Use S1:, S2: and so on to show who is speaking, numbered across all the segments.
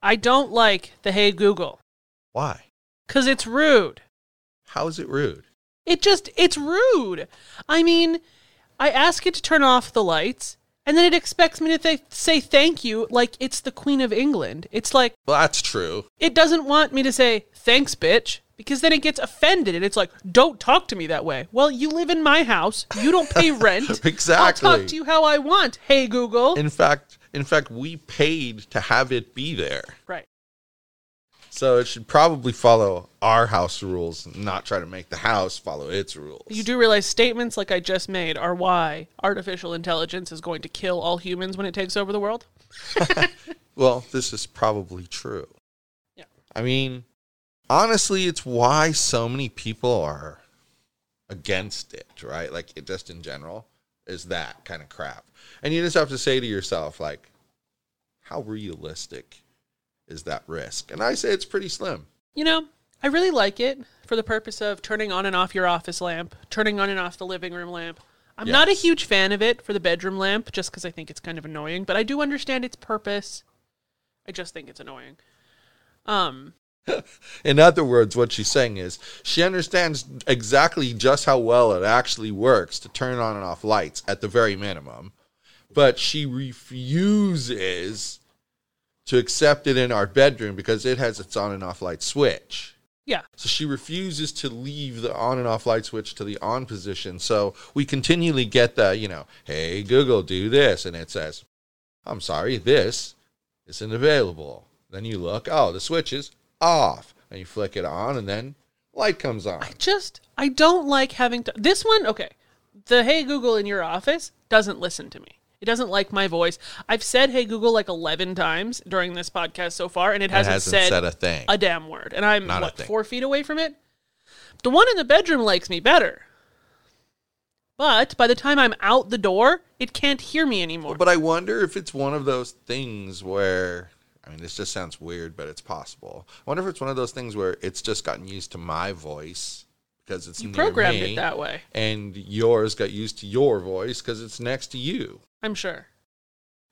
S1: I don't like the Hey Google
S2: Why?
S1: because it's rude.
S2: How is it rude?
S1: It just, it's rude. I mean, I ask it to turn off the lights and then it expects me to th- say thank you like it's the Queen of England. It's like,
S3: Well, that's true.
S1: it doesn't want me to say thanks, bitch. Because then it gets offended and it's like, don't talk to me that way. Well, you live in my house. You don't pay rent.
S3: Exactly.
S1: I'll talk to you how I want. Hey, Google.
S3: In fact, in fact, we paid to have it be there.
S1: right.
S3: So it should probably follow our house rules, not try to make the house follow its rules.
S1: You do realize statements like I just made are why artificial intelligence is going to kill all humans when it takes over the world.
S3: Well, this is probably true.
S1: Yeah.
S3: I mean, honestly, it's why so many people are against it, right? Like it just in general is that kind of crap. And you just have to say to yourself like how realistic is that risk? And I say it's pretty slim.
S1: You know, I really like it for the purpose of turning on and off your office lamp, turning on and off the living room lamp. I'm not a
S3: Yes.
S1: huge fan of it for the bedroom lamp just because I think it's kind of annoying, but I do understand its purpose. I just think it's annoying. Um,
S3: In other words, what she's saying is she understands exactly just how well it actually works to turn on and off lights at the very minimum, but she refuses to accept it in our bedroom because it has its on and off light switch.
S1: yeah.
S3: So she refuses to leave the on and off light switch to the on position. So we continually get the, you know, hey, Google, do this. And it says, I'm sorry, this isn't available. Then you look, oh, the switch is off. And you flick it on, and then light comes on.
S1: I just I don't like having to this one okay the hey Google in your office doesn't listen to me it doesn't like my voice I've said hey Google like 11 times during this podcast so far and it hasn't, said,
S3: a thing.
S1: a damn word and I'm
S3: Not a
S1: what
S3: thing.
S1: 4 feet away from it the one in the bedroom likes me better but by the time I'm out the door it can't hear me anymore
S3: But I wonder if it's one of those things where I mean, this just sounds weird, but it's possible. I wonder if it's one of those things where it's just gotten used to my voice because it's
S1: you
S3: near
S1: programmed
S3: me,
S1: it that way
S3: and yours got used to your voice because it's next to you,
S1: I'm sure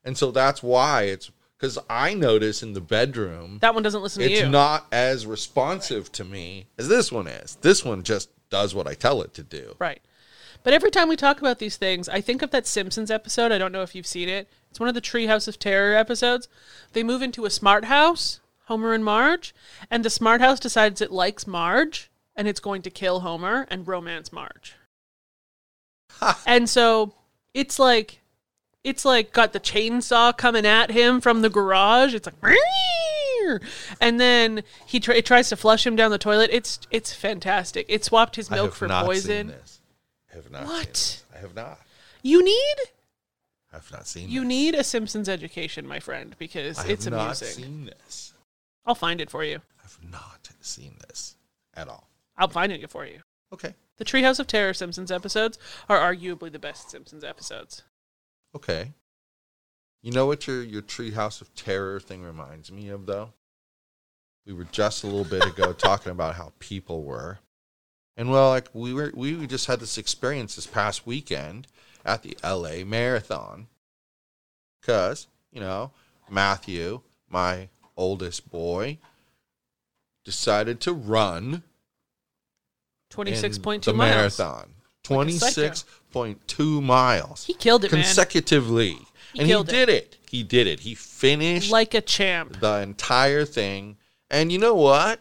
S3: and so that's why it's because I notice in the bedroom
S1: that one doesn't listen to
S3: it's
S1: you
S3: not as responsive to me as this one is. This one just does what I tell it to do.
S1: Right. But every time we talk about these things, I think of that Simpsons episode. I don't know if you've seen it. It's one of the Treehouse of Terror episodes. They move into a smart house, Homer and Marge, and the smart house decides it likes Marge and it's going to kill Homer and romance Marge. and so it's like it's like got the chainsaw coming at him from the garage. It's like "Meow." and then he tr- it tries to flush him down the toilet. It's it's fantastic. It swapped his
S3: I
S1: milk
S3: have
S1: for
S3: not seen
S1: poison.
S3: this. I have not. seen
S1: What?
S3: this. I have not.
S1: You need
S3: I have not seen.
S1: you
S3: this.
S1: need a Simpsons education, my friend, because
S3: I
S1: it's
S3: have
S1: amusing.
S3: not seen this.
S1: I'll find it for you.
S3: I've not seen this at all.
S1: I'll find it for you.
S3: Okay.
S1: The Treehouse of Terror Simpsons episodes are arguably the best Simpsons episodes.
S3: Okay. You know what your your Treehouse of Terror thing reminds me of though? We were just a little bit ago talking about how people were. And well, like we were we just had this experience this past weekend at the LA Marathon. Cuz, you know, Matthew, my oldest boy, decided to run in
S1: Twenty six point
S3: the
S1: two miles.
S3: marathon.
S1: Like a psycho.
S3: 26.2 miles
S1: He killed it, man.
S3: consecutively.
S1: He
S3: and he
S1: killed
S3: did it. He did it. He finished
S1: like a champ.
S3: the entire thing. And you know what?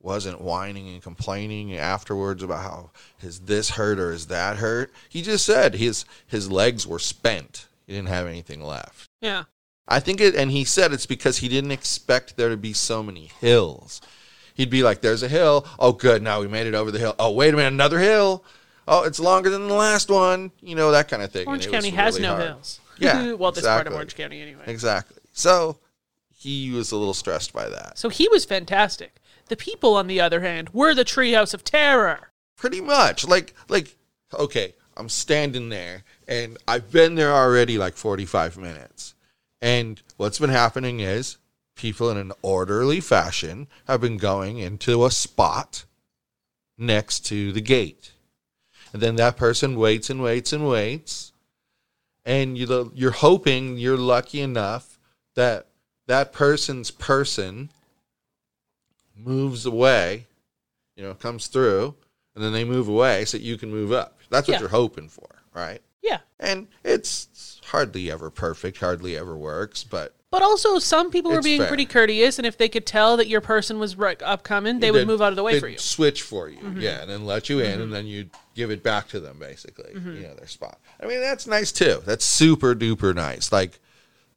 S3: Wasn't whining and complaining afterwards about how his this hurt or is that hurt. He just said his his legs were spent. He didn't have anything left.
S1: Yeah.
S3: I think it, and he said it's because he didn't expect there to be so many hills. He'd be like, "There's a hill. Oh, good. Now we made it over the hill. Oh, wait a minute, another hill. Oh, it's longer than the last one. You know that kind of thing."
S1: Orange
S3: And it was
S1: County has
S3: really
S1: no
S3: hard.
S1: hills.
S3: Yeah,
S1: well, this part of
S3: exactly.
S1: Orange County anyway.
S3: Exactly. So he was a little stressed by that.
S1: So he was fantastic. The people, on the other hand, were the treehouse of terror.
S3: pretty much like like okay i'm standing there and i've been there already like 45 minutes and what's been happening is people in an orderly fashion have been going into a spot next to the gate and then that person waits and waits and waits and you you're hoping you're lucky enough that that person's person moves away you know comes through and then they move away so that you can move up that's what
S1: Yeah.
S3: you're hoping for right
S1: Yeah.
S3: and it's hardly ever perfect hardly ever works but
S1: But also, some people were
S3: It's
S1: being
S3: fair.
S1: pretty courteous, and if they could tell that your person was right upcoming, they would
S3: they'd-
S1: move out of the way
S3: they'd
S1: for you. Mm-hmm.
S3: switch for you yeah and then let you in and then you give it back to them basically
S1: Mm-hmm.
S3: you know their spot i mean that's nice too that's super duper nice like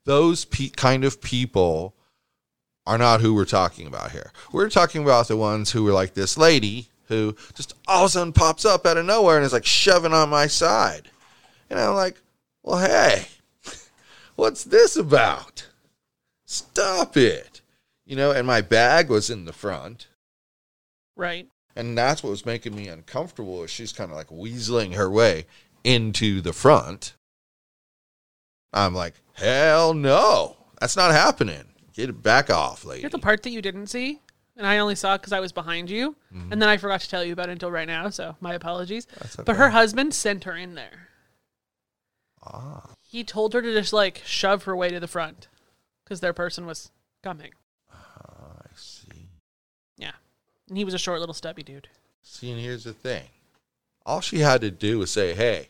S3: those pe- kind of people are not who we're talking about here we're talking about the ones who were like this lady who just all of a sudden pops up out of nowhere and is like shoving on my side and i'm like well hey what's this about stop it you know and my bag was in the front
S1: Right.
S3: and that's what was making me uncomfortable is she's kind of like weaseling her way into the front. I'm like, hell no. That's not happening. Get it back off, lady.
S1: Here's the part that you didn't see, and I only saw because I was behind you,
S3: Mm-hmm.
S1: and then I forgot to tell you about it until right now, so my apologies. But her husband sent her in there.
S3: ah,
S1: He told her to just like shove her way to the front because their person was coming.
S3: I see.
S1: Yeah. And he was a short little stubby dude.
S3: See, and here's the thing. All she had to do was say, hey,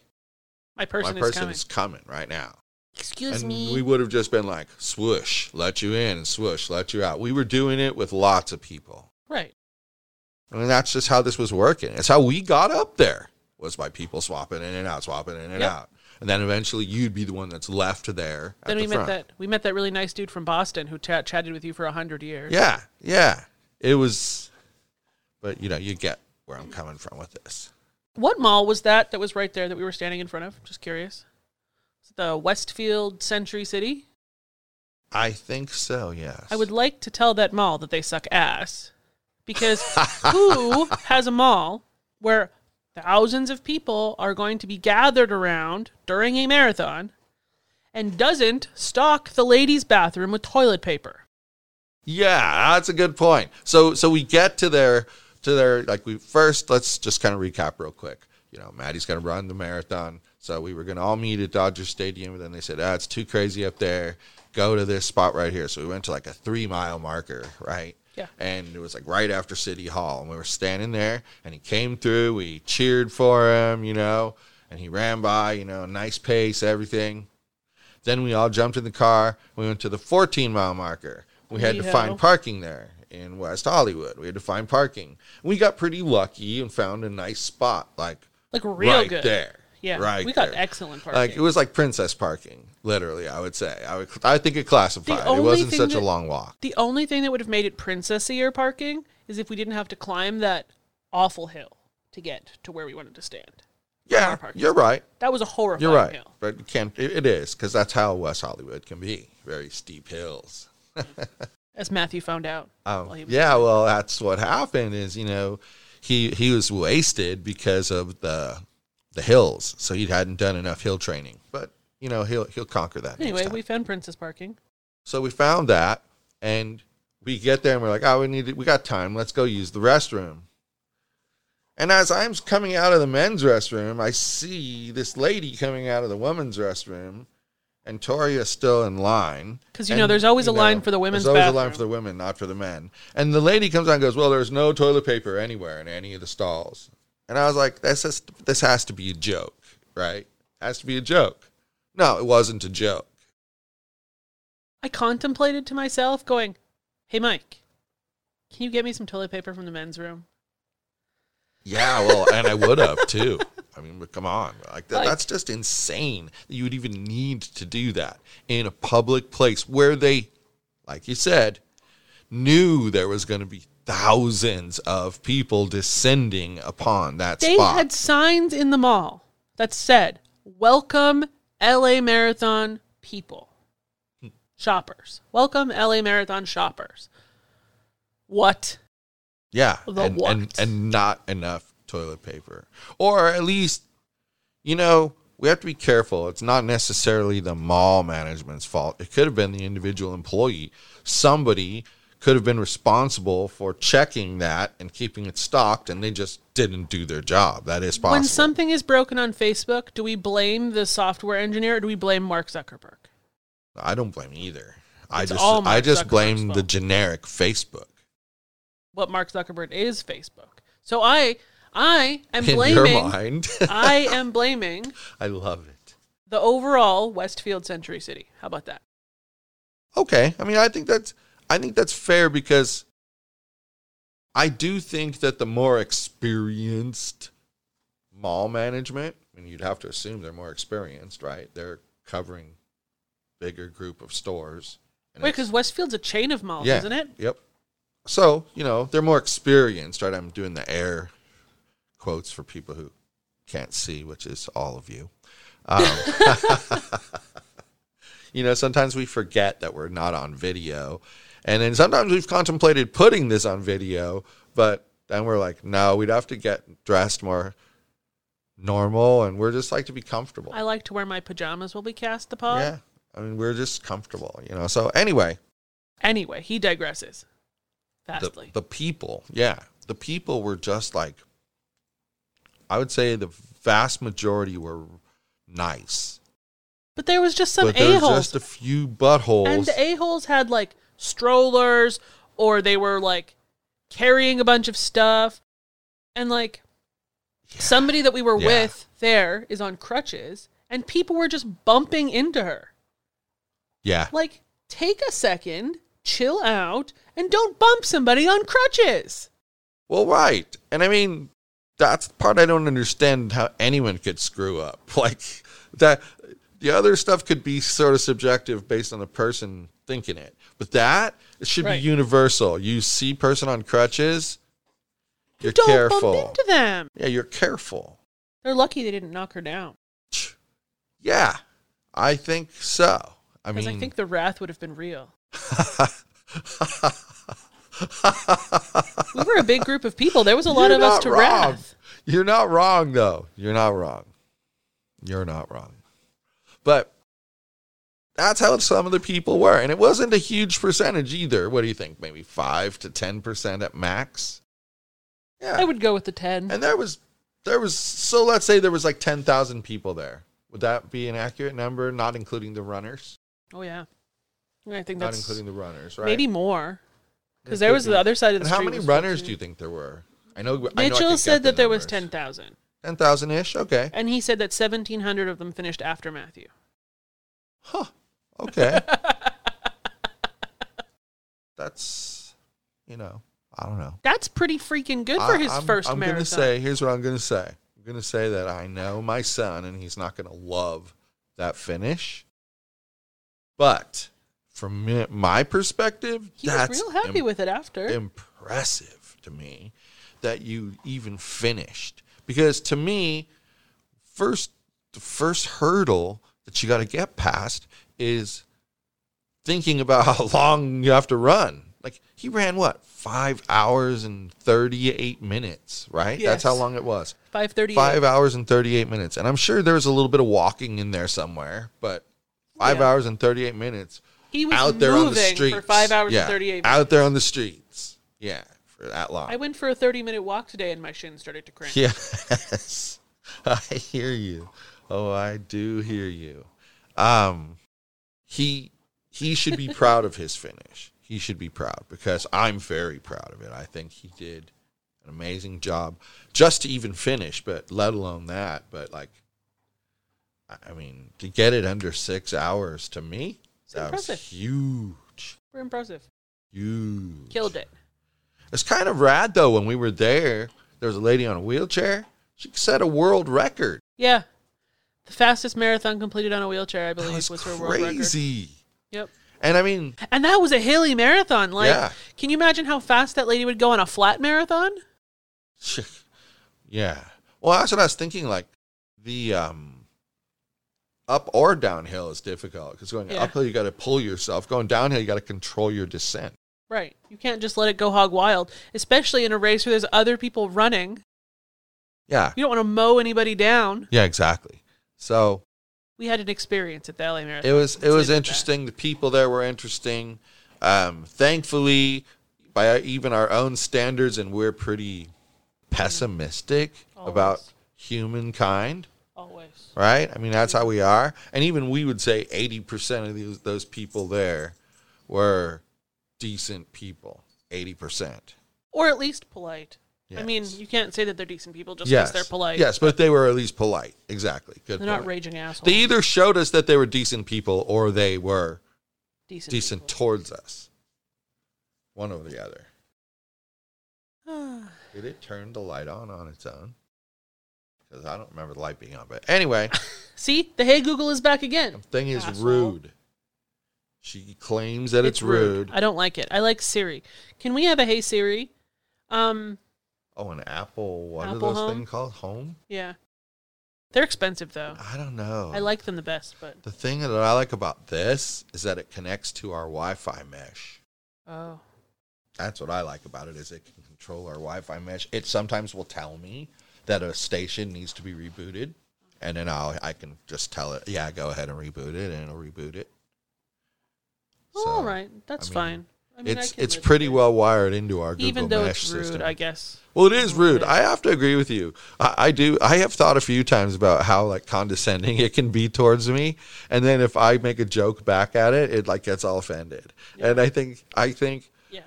S1: My person
S3: my
S1: is
S3: person
S1: coming.
S3: is coming right now.
S1: Excuse
S3: and
S1: me.
S3: we would have just been like, swoosh, let you in, and swoosh, let you out. We were doing it with lots of people.
S1: right.
S3: I mean, that's just how this was working. It's how we got up there was by people swapping in and out, swapping in and
S1: Yep.
S3: out, and then eventually you'd be the one that's left there. At
S1: Then
S3: the
S1: we
S3: front.
S1: met that we met that really nice dude from Boston who chat chatted with you for a hundred years.
S3: Yeah, yeah. It was, but you know, you get where I'm coming from with this.
S1: What mall was that that was right there that we were standing in front of? Just curious. Is it The Westfield Century City.
S3: I think so. Yes.
S1: I would like to tell that mall that they suck ass because who has a mall where thousands of people are going to be gathered around during a marathon and doesn't stock the ladies' bathroom with toilet paper?
S3: Yeah, that's a good point. So so we get to their to their like we first let's just kind of recap real quick. You know, Maddie's gonna run the marathon. So we were gonna all meet at Dodger Stadium, and then they said, Ah, it's too crazy up there. Go to this spot right here. So we went to like a three mile marker, right?
S1: Yeah.
S3: And it was like right after City Hall. And we were standing there and he came through, we cheered for him, you know, and he ran by, you know, nice pace, everything. Then we all jumped in the car. We went to the 14 mile marker. We had to
S1: Yee-ho.
S3: find parking there in West Hollywood. We had to find parking. We got pretty lucky and found a nice spot, like
S1: Like real
S3: right
S1: good.
S3: there.
S1: Yeah.
S3: right.
S1: we got
S3: there.
S1: excellent parking.
S3: Like it was like princess parking, literally. I would say. I would. I think it classified. It
S1: only
S3: wasn't
S1: thing
S3: such a
S1: that-
S3: long walk.
S1: The only thing that would have made it princessier parking is if we didn't have to climb that awful hill to get to where we wanted to stand.
S3: Yeah,
S1: car parking.
S3: you're right.
S1: That was a horrifying
S3: You're right.
S1: hill.
S3: But you can't. It, it is because that's how West Hollywood can be. Very steep hills.
S1: As Matthew found out.
S3: Um,
S1: while he was-
S3: yeah, well, that's what happened. Is you know, he he was wasted because of the the hills, so he hadn't done enough hill training. But you know, he'll he'll conquer that. next
S1: Anyway,
S3: time.
S1: we found princess parking.
S3: so we found that, and we get there, and we're like, oh, we need to, we got time. Let's go use the restroom. And as I'm coming out of the men's restroom, I see this lady coming out of the women's restroom, and Tori is still in line.
S1: 'Cause you know,
S3: And,
S1: there's always
S3: you
S1: a line for the women's
S3: There's always a
S1: bathroom.
S3: line for the women, not for the men. And the lady comes out and goes, "Well, there's no toilet paper anywhere in any of the stalls." And I was like, "This has, this has to be a joke, right? Has to be a joke."
S4: No, it wasn't a joke.
S1: I contemplated to myself, going, Hey, Mike, can you get me some toilet paper from the men's room?
S4: Yeah, well, and I would have too. I mean, but come on, like that,
S1: Like-
S4: that's just insane that you would even need to do that in a public place where they, like you said, knew there was going to be thousands of people descending upon that
S1: They
S4: spot.
S1: had signs in the mall that said, Welcome LA Marathon people,
S4: Hmm.
S1: shoppers. Welcome LA Marathon shoppers. What?
S4: Yeah.
S1: The
S4: and, and
S1: what?
S4: and not enough toilet paper. Or at least you know, we have to be careful. It's not necessarily the mall management's fault. It could have been the individual employee. Somebody could have been responsible for checking that and keeping it stocked and they just didn't do their job. That is possible.
S1: When something is broken on Facebook, do we blame the software engineer or do we blame Mark Zuckerberg?
S4: I don't blame either. I
S1: It's
S4: just
S1: all Mark
S4: I just
S1: Zuckerberg's
S4: blame the
S1: fault.
S4: generic Facebook.
S1: What Mark Zuckerberg is Facebook. So I I am
S4: in your
S1: blaming
S4: mind.
S1: I am blaming
S4: I love it.
S1: the overall Westfield Century City. How about that?
S4: okay i mean i think that's i think that's fair because i do think that the more experienced mall management I mean, you'd have to assume they're more experienced right they're covering bigger group of stores and
S1: Wait,
S4: it's-
S1: because Westfield's a chain of malls, isn't it?
S4: Yep. So, you know, they're more experienced, right? I'm doing the air quotes for people who can't see, which is all of you. Um, you know, sometimes we forget that we're not on video. And then sometimes we've contemplated putting this on video, but then we're like, no, we'd have to get dressed more normal. And we're just like to be comfortable.
S1: I like to wear my pajamas while we cast the pod.
S4: yeah. I mean, we're just comfortable, you know? So, anyway,
S1: Anyway, he digresses.
S4: the,
S1: Vastly.
S4: the people yeah the people were just like i would say the vast majority were nice
S1: but there was just some
S4: but
S1: a
S4: there's
S1: holes.
S4: just a few buttholes
S1: And the a holes had like strollers or they were like carrying a bunch of stuff. And like somebody that we were
S4: Yeah.
S1: with there is on crutches and people were just bumping into her.
S4: yeah
S1: Like, take a second, chill out, and don't bump somebody on crutches.
S4: well right and i mean that's the part i don't understand how anyone could screw up like that the other stuff could be sort of subjective based on the person thinking it but that it should
S1: Right.
S4: be universal you see person on crutches you're
S1: don't
S4: careful
S1: bump into them.
S4: yeah you're careful
S1: They're lucky they didn't knock her down.
S4: Yeah, I think so. I
S1: Because
S4: mean,
S1: I, think the wrath would have been real. We were a big group of people. There was a lot
S4: You're
S1: of us
S4: not
S1: to
S4: wrong.
S1: wrath.
S4: You're not wrong, though. You're not wrong. You're not wrong. But that's how some of the people were, and it wasn't a huge percentage either. What do you think? Maybe five to ten percent at max. Yeah,
S1: I would go with the 10.
S4: and there was there was so let's say there was like ten thousand people there. Would that be an accurate number, not including the runners?
S1: oh, yeah. I think
S4: Not
S1: that's
S4: including the runners, right?
S1: maybe more. Because
S4: It
S1: there was
S4: could
S1: the
S4: be.
S1: other side of the
S4: And
S1: street.
S4: how many runners do you think there were? I know I know I
S1: Mitchell
S4: could
S1: said
S4: get the
S1: that there was
S4: numbers.
S1: 10,000.
S4: 10,000 ish. Okay.
S1: And he said that 1,700 of them finished after Matthew.
S4: Huh. Okay. That's you know, I don't know.
S1: That's pretty freaking good for
S4: I-
S1: his
S4: I'm,
S1: 1st
S4: I'm
S1: marathon.
S4: gonna say here's what I'm gonna say. I'm gonna say that I know my son and he's not gonna love that finish. But from mi- my perspective,
S1: he was
S4: that's
S1: real happy with it after.
S4: impressive to me that you even finished because to me first the first hurdle that you got to get past is thinking about how long you have to run like he ran what 5 hours and 38 minutes right that's how
S1: Yes.
S4: long it was
S1: 538.
S4: 5 hours and 38 minutes and i'm sure there was a little bit of walking in there somewhere but 5
S1: Yeah.
S4: hours and 38 minutes
S1: he was
S4: out there on the
S1: moving
S4: streets
S1: for 5 hours
S4: Yeah,
S1: and 38 minutes.
S4: Out there on the streets, yeah, for that long.
S1: I went for a 30 minute walk today and my shin started to cramp.
S4: yes, I hear you. Oh, I do hear you. Um, he he should be proud of his finish. He should be proud because I'm very proud of it. I think he did an amazing job just to even finish, but let alone that. But like, I- I mean, to get it under six hours to me,
S1: It's
S4: that was
S1: impressive.
S4: huge.
S1: We're impressive.
S4: Huge.
S1: Killed it.
S4: It's kind of rad though. When we were there, there was a lady on a wheelchair. She set a world record.
S1: Yeah. The fastest marathon completed on a wheelchair, I
S4: That
S1: believe,
S4: was
S1: was, her world record.
S4: crazy.
S1: Yep.
S4: And I mean,
S1: And that was a hilly marathon. Like,
S4: Yeah.
S1: can you imagine how fast that lady would go on a flat marathon?
S4: yeah. Well, that's what I was thinking. Like the um, up or downhill is difficult because going
S1: Yeah.
S4: uphill you got to pull yourself. Going downhill you got to control your descent.
S1: Right. You can't just let it go hog wild, especially in a race where there's other people running.
S4: Yeah.
S1: You don't want to mow anybody down.
S4: Yeah. Exactly. So
S1: We had an experience at the LA Marathon.
S4: it was
S1: Let's
S4: it was
S1: leave at that.
S4: interesting. The people there were interesting. Um, thankfully, by our, even our own standards, and we're pretty pessimistic
S1: Always.
S4: about humankind,
S1: Always.
S4: right? I mean, that's how we are. And even we would say eighty percent of those those people there were decent people. Eighty percent.
S1: Or at least polite. I mean,
S4: Yes.
S1: you can't say that they're decent people just because
S4: yes,
S1: they're polite.
S4: Yes, but they were at least polite. Exactly. Good.
S1: They're not
S4: point.
S1: raging assholes.
S4: They either showed us that they were decent people, or they were
S1: decent.
S4: decent
S1: people.
S4: towards us. One or the other.
S1: Ah,
S4: Did it turn the light on on its own? Because I don't remember the light being on. But anyway,
S1: See, the Hey Google is back again.
S4: the thing is
S1: Asshole.
S4: rude. She claims that it's, rude.
S1: I don't like it. I like Siri. Can we have a Hey Siri? Um,
S4: Oh, an Apple. What are
S1: Apple
S4: those
S1: Home?
S4: things called? Home?
S1: yeah. They're expensive though.
S4: I don't know.
S1: Oh. I like them the best, but
S4: the thing that I like about this is that it connects to our Wi-Fi mesh.
S1: oh,
S4: That's what I like about it is it can control our Wi-Fi mesh. It sometimes will tell me that a station needs to be rebooted, and then I'll I can just tell it, yeah, go ahead and reboot it, and it'll reboot it.
S1: well,
S4: So,
S1: all right, that's
S4: mean,
S1: fine. I mean, I
S4: it's
S1: can
S4: it's
S1: live
S4: pretty
S1: with it.
S4: well wired into our Google
S1: even though
S4: Mesh
S1: it's rude,
S4: system.
S1: I guess.
S4: well, it is rude. I have to agree with you. I, I do. I have thought a few times about how like condescending it can be towards me, and then if I make a joke back at it, it like gets all offended. And I think I think
S1: Yeah,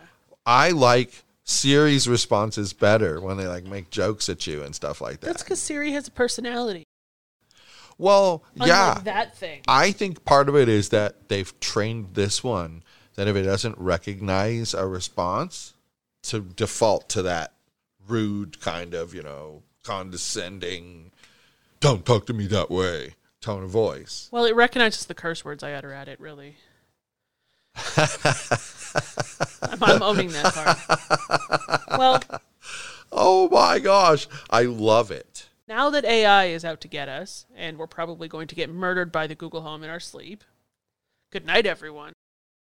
S4: I like Siri's responses better when they like make jokes at you and stuff like that.
S1: that's because Siri has a personality.
S4: well, yeah.
S1: Unlike that thing.
S4: I think part of it is that they've trained this one that if it doesn't recognize a response, to default to that rude kind of, you know, condescending, don't talk to me that way tone of voice.
S1: Well, it recognizes the curse words I utter at it. Really, I'm, I'm owning that part. well,
S4: Oh my gosh, I love it.
S1: now that AI is out to get us, and we're probably going to get murdered by the Google Home in our sleep. Good night, everyone.